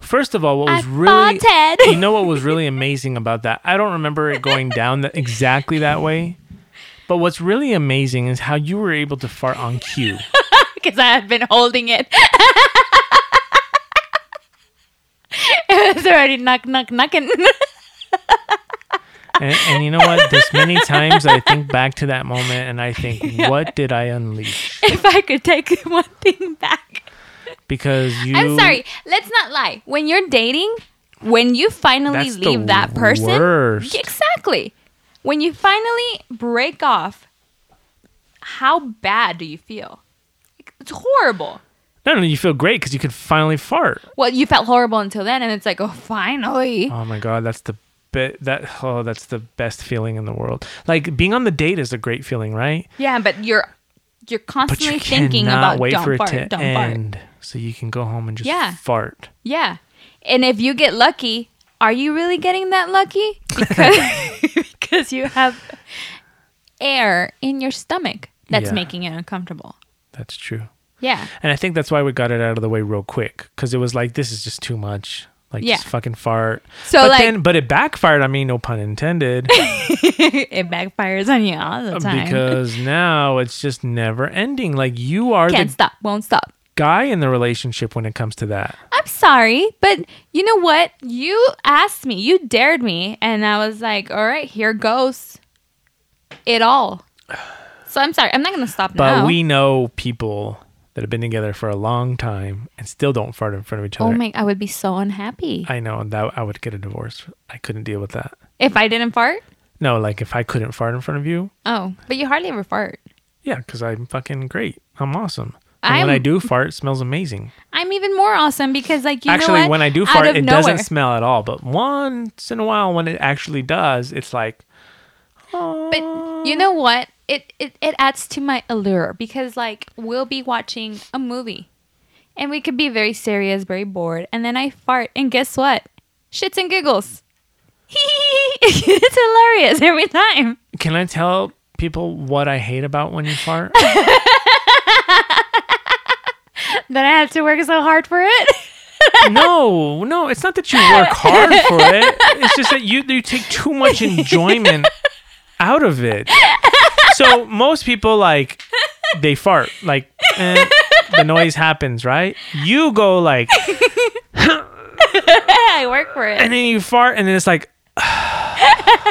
First of all, what was I really farted. you know what was really amazing about that? I don't remember it going down that exactly that way. But what's really amazing is how you were able to fart on cue. Because I had been holding it. it was already knock, knock, knocking. And, and you know what? There's many times I think back to that moment and I think, what did I unleash? if I could take one thing back. Because you. I'm sorry. Let's not lie. When you're dating, when you finally That's the leave that person, worst. exactly. When you finally break off, how bad do you feel? Like, It's horrible. No, no, you feel great because you could finally fart. Well, you felt horrible until then, and it's like, oh, finally. Oh my god, that's the be- that oh that's the best feeling in the world. Like being on the date is a great feeling, right? Yeah, but you're you're But constantly you thinking cannot about wait don't for it fart, to don't fart. end, so you can go home and just Yeah. fart. Yeah, and if you get lucky, are you really getting that lucky? Because because you have air in your stomach that's Yeah. making it uncomfortable. That's true. Yeah, And I think that's why we got it out of the way real quick because it was like this is just too much. Like Yeah. just fucking fart. So, but like- then, but it backfired on me. No pun intended. it backfires on you all the time. Uh, because now it's just never ending. Like you are Can't the stop, won't stop. guy in the relationship when it comes to that. I'm sorry, but you know what? You asked me, you dared me, and I was like, all right, here goes it all. So I'm sorry, I'm not gonna stop But now. we know people that have been together for a long time and still don't fart in front of each oh other. my, I would be so unhappy I know that I would get a divorce. I couldn't deal with that. if I didn't fart. No, like if I couldn't fart in front of you, Oh, but you hardly ever fart. yeah, because I'm fucking great. I'm awesome. And when I I'm- do fart, it smells amazing. I'm even more awesome because, like, you know actually, what? when I do Out fart, of it nowhere. doesn't smell at all. But once in a while, when it actually does, it's like, oh, But you know what? It, it it adds to my allure because like we'll be watching a movie, and we could be very serious, very bored, and then I fart, and guess what? Shits and giggles. it's hilarious every time. can I tell people what I hate about when you fart? Then I have to work so hard for it. no, no, it's not that you work hard for it. It's just that you you take too much enjoyment out of it. So most people like they fart like eh, the noise happens, right? You go like I work for it. and then you fart and then it's like it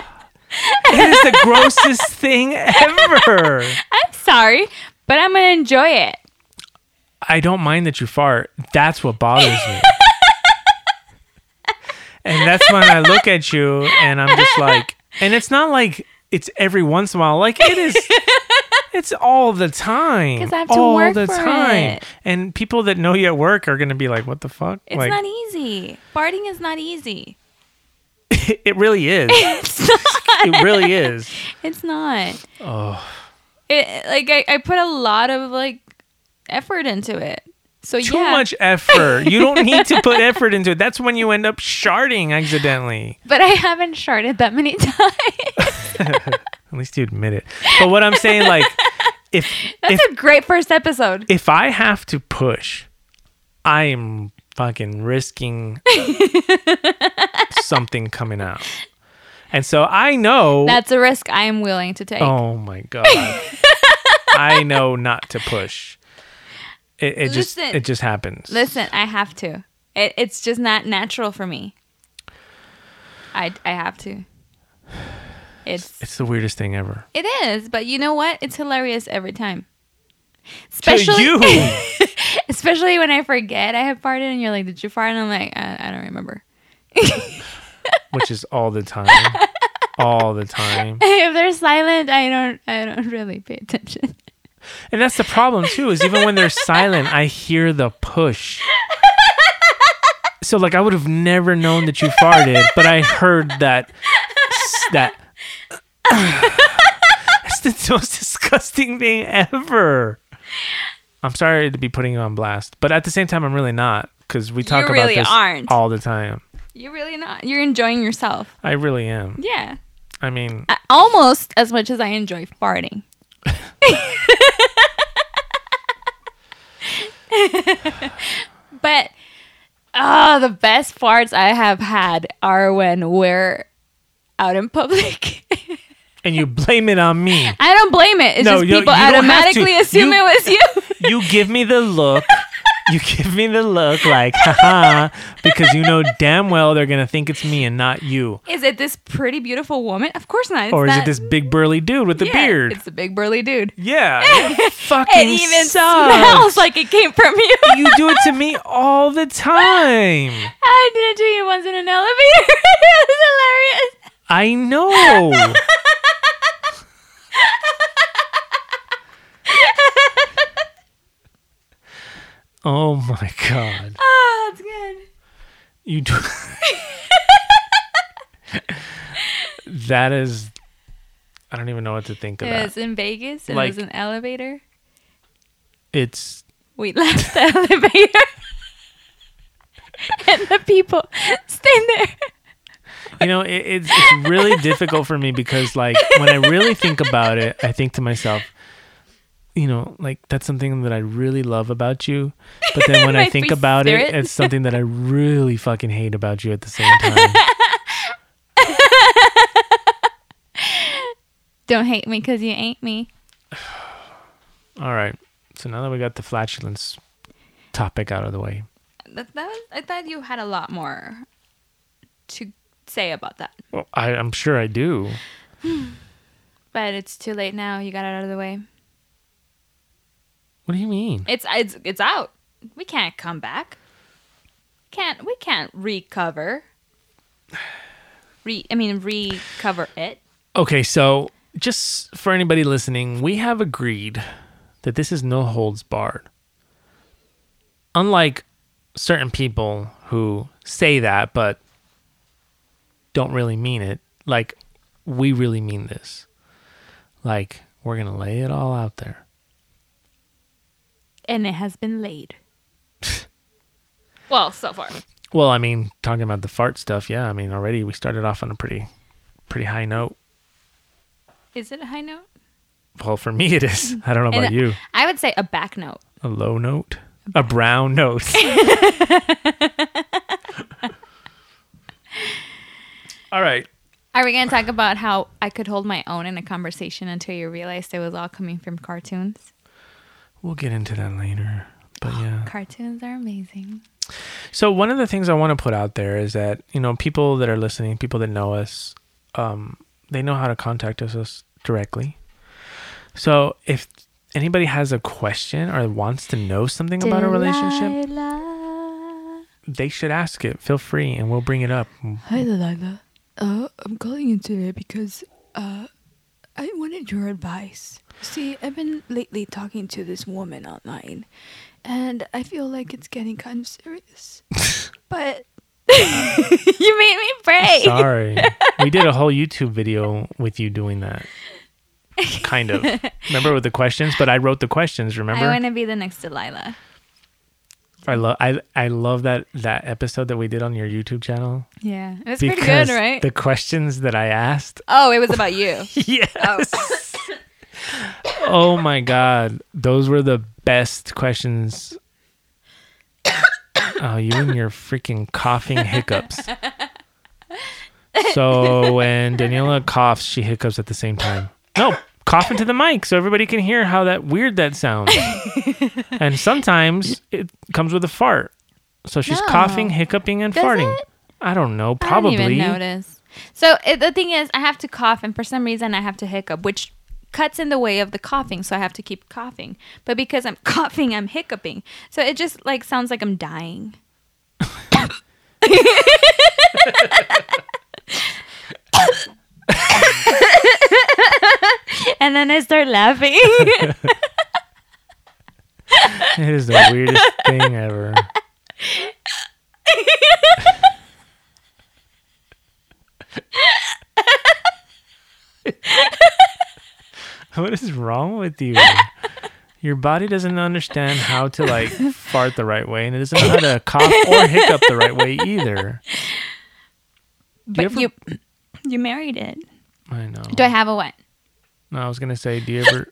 is the grossest thing ever. I'm sorry, but I'm gonna enjoy it. I don't mind that you fart. That's what bothers me. and that's when I look at you and I'm just like, and it's not like it's every once in a while. Like it is, it's all the time. 'Cause I have to all work the for time. it. And people that know you at work are going to be like, what the fuck? It's like, not easy. Farting is not easy. it really is. It's not. It really is. It's not. Oh, it like I, I put a lot of like effort into it. So too yeah, much effort. You don't need to put effort into it. That's when you end up sharding accidentally. but I haven't sharded that many times. At least you admit it. But what I'm saying, like, if if That's a great first episode. if I have to push, I am fucking risking something coming out. And so I know. That's a risk I am willing to take. oh my god! I know not to push. It, it just Listen. it just happens. Listen, I have to. It, it's just not natural for me. I I have to. It's It's the weirdest thing ever. it is, but you know what? It's hilarious every time. To Especially you, especially when I forget I have farted and you're like, "Did you fart?" And I'm like, "I, I don't remember." which is all the time. all the time. if they're silent, I don't I don't really pay attention. And that's the problem too, is even when they're silent, I hear the push. So like I would have never known that you farted, but I heard that that That's the most disgusting thing ever. I'm sorry to be putting you on blast, but at the same time I'm really not cuz we talk about really this aren't. all the time. You're really not. You're enjoying yourself. I really am. Yeah. I mean, I- Almost as much as I enjoy farting. but oh, the best farts I have had are when we're out in public. and you blame it on me. I don't blame it. It's No, just you- people you don't have automatically to. assume You- it was you. you give me the look. You give me the look like, haha, because you know damn well they're going to think it's me and not you. Is it this pretty beautiful woman? Of course not. It's Or is that- it this big burly dude with the Yeah, beard? It's the big burly dude. yeah. it It fucking even sucks. smells like it came from you. you do it to me all the time. I did it to you once in an elevator. it was hilarious. I know. oh my god. Oh, that's good. You do. that is. I don't even know what to think of It that. was in Vegas. It Like- was an elevator. It's. We left the elevator. and the people staying there. You know, it, it's, it's really difficult for me because, like, when I really think about it, I think to myself, you know, like, that's something that I really love about you. But then when I My think free about it, spirit. it's something that I really fucking hate about you at the same time. Don't hate me because you ain't me. All right. So now that we got the flatulence topic out of the way, That, that was, I thought you had a lot more to say about that. well, I, I'm sure I do. But it's too late now. You got it out of the way. What do you mean? It's it's it's out. We can't come back. Can't we can't recover. Re I mean recover it. Okay, so just for anybody listening, we have agreed that this is no holds barred. Unlike certain people who say that but don't really mean it, like we really mean this. Like we're going to lay it all out there. And it has been laid. well, so far. Well, I mean, talking about the fart stuff, yeah, I mean, already we started off on a pretty pretty high note. Is it a high note? Well, for me it is. I don't know about And you. I would say a back note. A low note, a brown note. All right. Are we gonna talk about how I could hold my own in a conversation until you realized it was all coming from cartoons? We'll get into that later. But yeah. Cartoons are amazing. So, one of the things I want to put out there is that, you know, people that are listening, people that know us, um, they know how to contact us, us directly. So, if anybody has a question or wants to know something about a relationship, Delilah. they should ask it. Feel free and we'll bring it up. Hi, Delilah. Uh, I'm calling you today because uh, I wanted your advice. See, I've been lately talking to this woman online, and I feel like it's getting kind of serious. but you made me pray. Sorry. we did a whole YouTube video with you doing that. Kind of. Remember with the questions, but I wrote the questions, remember? I I, wanna be the next Delilah. love I I love that that episode that we did on your YouTube channel Yeah. It was pretty good, right? the questions that I asked. Oh, it was about you. Yes. oh my god, those were the best questions. Oh, you and your freaking coughing hiccups. So when Daniela coughs, she hiccups at the same time. No, cough into the mic so everybody can hear how that weird that sounds. and sometimes it comes with a fart. So she's No. coughing, hiccuping, and Does farting. it? I don't know. Probably. I didn't even notice. So it, the thing is, I have to cough, and for some reason, I have to hiccup, which cuts in the way of the coughing. So I have to keep coughing. But because I'm coughing, I'm hiccuping. So it just like sounds like I'm dying. and then I start laughing. It is the weirdest thing ever. what is wrong with you? Your body doesn't understand how to like fart the right way, and it doesn't know how to cough or hiccup the right way either. Do but ever- you, you married it. I know. Do I have a what? No, I was gonna say, do you ever?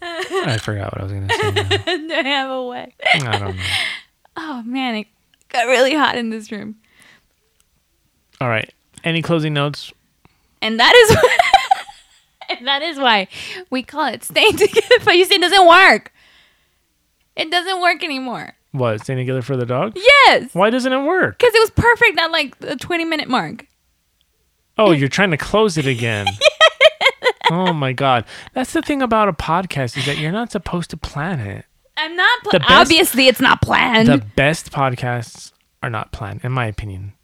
I forgot what I was gonna say. now. Do I have a what? I don't know. Oh man, it got really hot in this room. All right. Any closing notes? And that is and that is why we call it staying together for you see it doesn't work. It doesn't work anymore. What staying together for the dog? Yes. Why doesn't it work? Because it was perfect at like the 20 minute mark. Oh, you're trying to close it again. Oh my god. That's the thing about a podcast is that you're not supposed to plan it. I'm not pl- The best- obviously it's not planned. the best podcasts are not planned, in my opinion.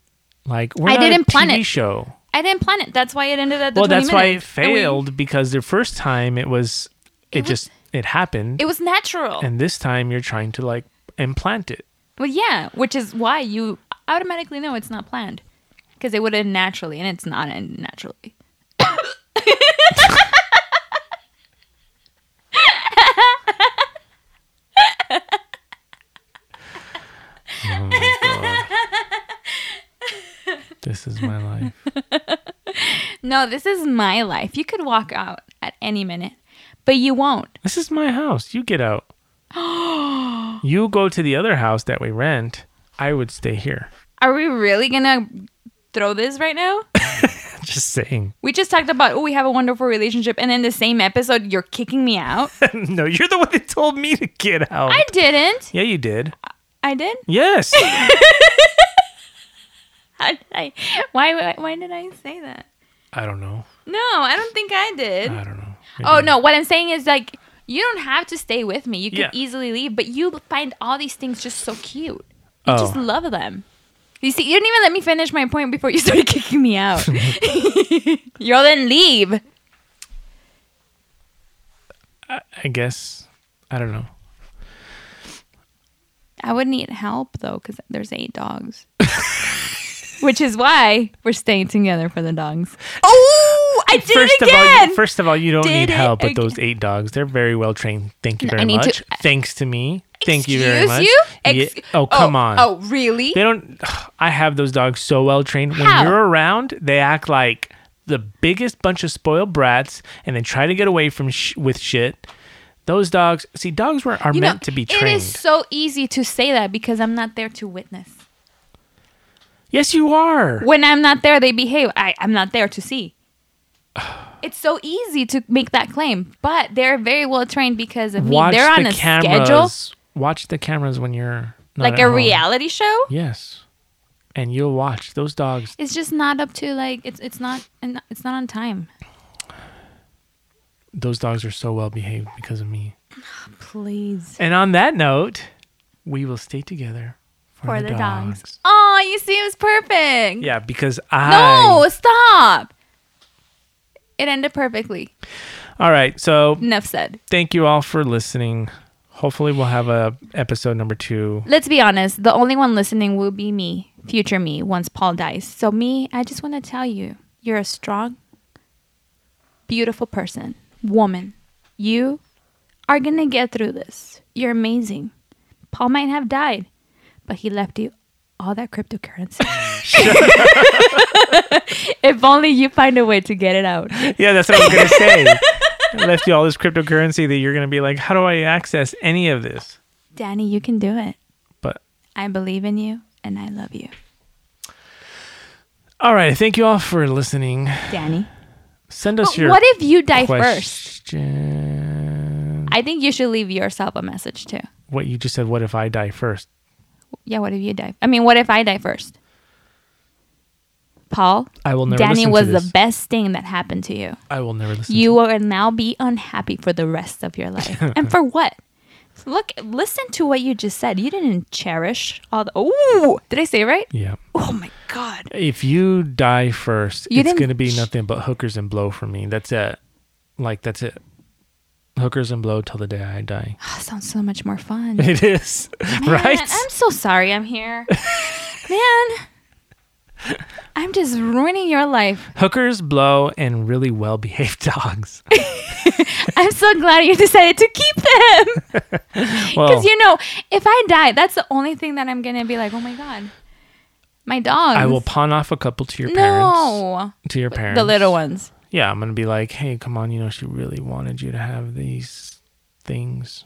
Like we're I not didn't a plan TV it. show. I didn't plan it. That's why it ended at the well 20 that's why it minutes. And we- Uh-huh. failed because the first time it was it, just it happened it was natural. and this time you're trying to like implant it well, yeah, which is why you automatically know it's not planned. Because it would have naturally, and it's not in naturally. oh my god this is my life No, this is my life. You could walk out at any minute, but you won't. this is my house you get out you go to the other house that we rent i would stay here Are we really gonna throw this right now? just saying We just talked about oh, we have a wonderful relationship, and in the same episode, you're kicking me out. no you're the one that told me to get out I didn't. yeah you did I did. yes How did I, why, why? Why did I say that? i don't know No, I don't think I did. i don't know Maybe- Oh no, what I'm saying is like you don't have to stay with me. You could Yeah. easily leave, but you find all these things just so cute. You Oh. just love them. You see, you didn't even let me finish my point before you started kicking me out. You'll then leave. i guess i don't know I would need help though, because there's eight dogs. Which is why we're staying together for the dogs. Oh, I did first it again. Of all, first of all, you don't Did need it help with again. those eight dogs. They're very well trained. Thank you No, I very need to- much. Thanks to me. Thank you very Excuse much. you? Ye- Ex- oh, come on. Oh, really? They don't. I have those dogs so well trained. When How? you're around, they act like the biggest bunch of spoiled brats, and they try to get away from sh- with shit. Those dogs. See, dogs were, are You know, meant to be trained. It is so easy to say that because I'm not there to witness. yes, you are. When I'm not there, they behave. I, I'm not there to see. It's so easy to make that claim, but they're very well trained because of Watch me. They're on the a cameras. schedule, Watch the cameras when you're not like at a home. reality show. Yes, and you'll watch those dogs. It's just not up to like it's it's not and it's not on time. those dogs are so well behaved because of me. Please And on that note, we will stay together for, for the, dogs. Oh, you see, it was perfect. Yeah, because I. No, stop. It ended perfectly. All right. So Enough said. thank you all for listening. Hopefully, we'll have a episode number two. let's be honest, the only one listening will be me, future me, once Paul dies. So, me, I just want to tell you, you're a strong, beautiful person, woman. You are going to get through this. You're amazing. Paul might have died, but he left you all that cryptocurrency. if only you find a way to get it out. Yeah, that's what I was gonna say. I left you all this cryptocurrency that you're gonna be like, how do I access any of this? Danny, you can do it. But I believe in you and I love you. all right, thank you all for listening. Danny. Send us But your what if you die first? question. I think you should leave yourself a message too. What you just said? What if I die first? Yeah, what if you die? I mean, what if I die first? Paul, I will never. Danny listen was to the this. best thing that happened to you. I will never listen. to You will now be unhappy for the rest of your life. and for what? just look, listen to what you just said. You didn't cherish all the. Oh, did I say it right? Yeah. Oh my God. If you die first, You it's didn't- gonna be nothing but hookers and blow for me. That's it. Like that's it. Hookers and blow till the day I die. Oh, sounds so much more fun. It is right. Man, I'm so sorry I'm here. Man, I'm just ruining your life. Hookers blow and really well behaved dogs. I'm so glad you decided to keep them. Well, Oh. Because, you know, if I die, that's the only thing that I'm going to be like, oh my God, my dogs. I will pawn off a couple to your parents. No. To your parents. The little ones. Yeah, I'm gonna be like, hey, come on, you know, she really wanted you to have these things.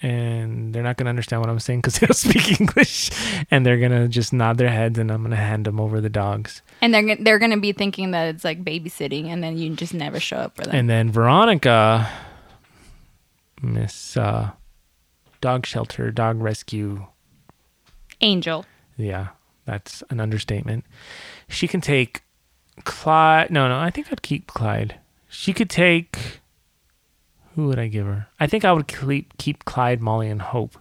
And they're not gonna understand what I'm saying because they don't speak English, and they're gonna just nod their heads, and I'm gonna hand them over the dogs. And they're, gon- they're going to be thinking that it's like babysitting and then you just never show up for them. And then Veronica, Miss uh, Dog Shelter, Dog Rescue. Angel. Yeah, that's an understatement. She can take Clyde. No, no, I think I'd keep Clyde. She could take. Who would I give her? I think I would keep keep Clyde, Molly, and Hope.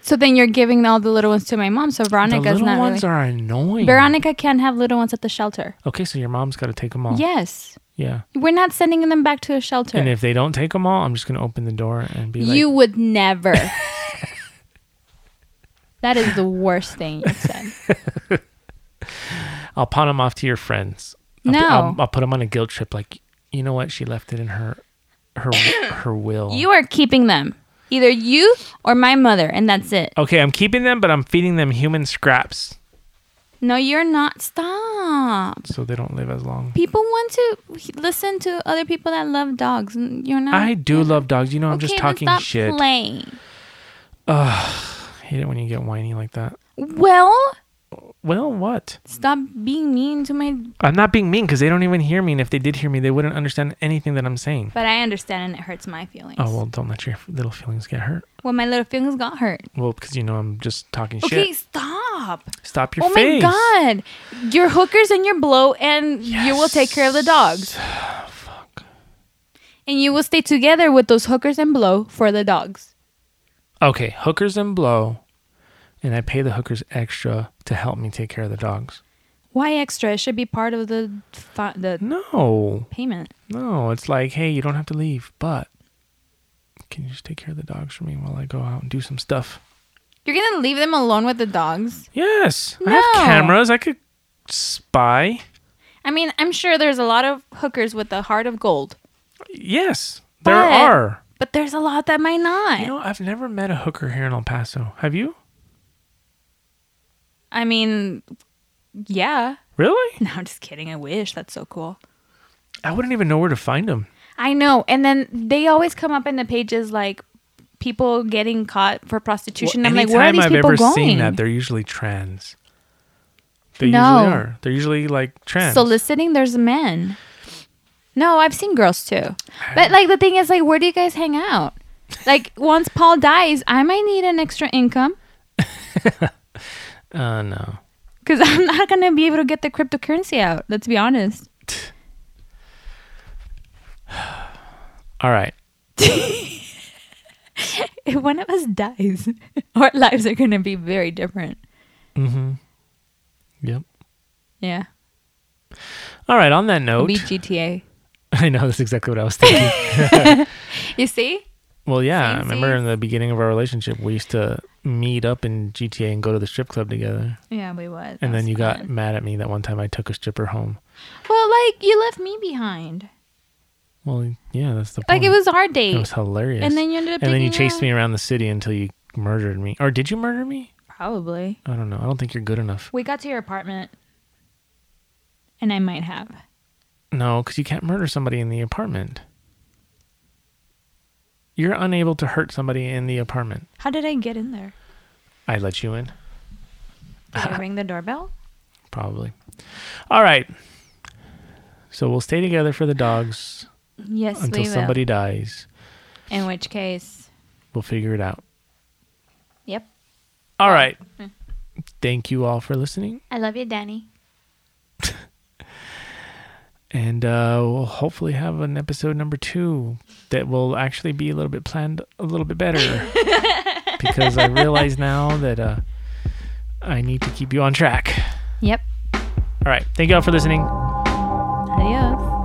So then you're giving all the little ones to my mom. So the Veronica's little not ones really. are annoying. Veronica can't have little ones at the shelter. Okay, so your mom's got to take them all. Yes. Yeah. We're not sending them back to a shelter. And if they don't take them all, I'm just gonna open the door and be like, you would never. that is the worst thing you've said. I'll pawn them off to your friends. I'll, No. I'll, I'll put them on a guilt trip. Like, you know what? She left it in her, her, her will. You are keeping them. Either you or my mother, and that's it. okay, I'm keeping them, but I'm feeding them human scraps No, you're not. Stop. so they don't live as long. People want to h- listen to other people that love dogs. N- You're not. I do love dogs. You know, I'm Okay, just then talking stop shit. Playing. Hate it when you get whiny like that. Well, Well, what? stop being mean to my. I'm not being mean because they don't even hear me, and if they did hear me, they wouldn't understand anything that I'm saying. But I understand, and it hurts my feelings. Oh well, don't let your little feelings get hurt. Well, my little feelings got hurt. Well, because you know I'm just talking Okay, shit. stop. Stop your Oh face. my god. Your hookers and your blow and you will take care of the dogs. And you will stay together with those hookers and blow for the dogs. Okay, hookers and blow, and I pay the hookers extra to help me take care of the dogs. Why extra? It should be part of the fi- the No, payment. no, it's like, hey, you don't have to leave, but can you just take care of the dogs for me while I go out and do some stuff? You're going to leave them alone with the dogs? Yes, I have No. cameras. I could spy. I mean, I'm sure there's a lot of hookers with a heart of gold, Yes, there But- are. but there's a lot that might not. You know, I've never met a hooker here in El Paso. Have you? I mean, yeah. Really? No, I'm just kidding. I wish. That's so cool. I wouldn't even know where to find them. I know. And then they always come up in the pages like people getting caught for prostitution. I'm like, where are these I've people ever going? seen that, they're usually trans. They No. usually are. They're usually like trans. Soliciting, there's men. No, I've seen girls too. But like the thing is like where do you guys hang out? Like once Paul dies, I might need an extra income uh, no. cuz I'm not going to be able to get the cryptocurrency out. Let's be honest. All right. If one of us dies, our lives are going to be very different. Mm-hmm. Yep. Yeah. All right. On that It'll note, Be GTA. I know that's exactly what I was thinking. You see? well, yeah. I Same remember in the beginning of our relationship, we used to meet up in GTA and go to the strip club together. Yeah, we was. And then you got mad at me that one time I took a stripper home. Well, like you left me behind. Well, yeah, that's the point. Like it was our Oh, It date. was hilarious. and then you ended up and then you picking chased up- me around the city until you murdered me. Or did you murder me? Probably. I don't know. I don't think you're good enough. We got to your apartment. And I might have. No, because you can't murder somebody in the apartment. You're unable to hurt somebody in the apartment. How did I get in there? I let you in, Did I ring the doorbell? probably. All right. So we'll stay together for the dogs Yes, until we will. somebody dies. In which case, We'll figure it out. yep. All right. Mm. Thank you all for listening. I love you, Danny. and uh, we'll hopefully have an episode number two that will actually be a little bit planned a little bit better because I realize now that uh, I need to keep you on track. Yep. All right. Thank you all for listening. Adios.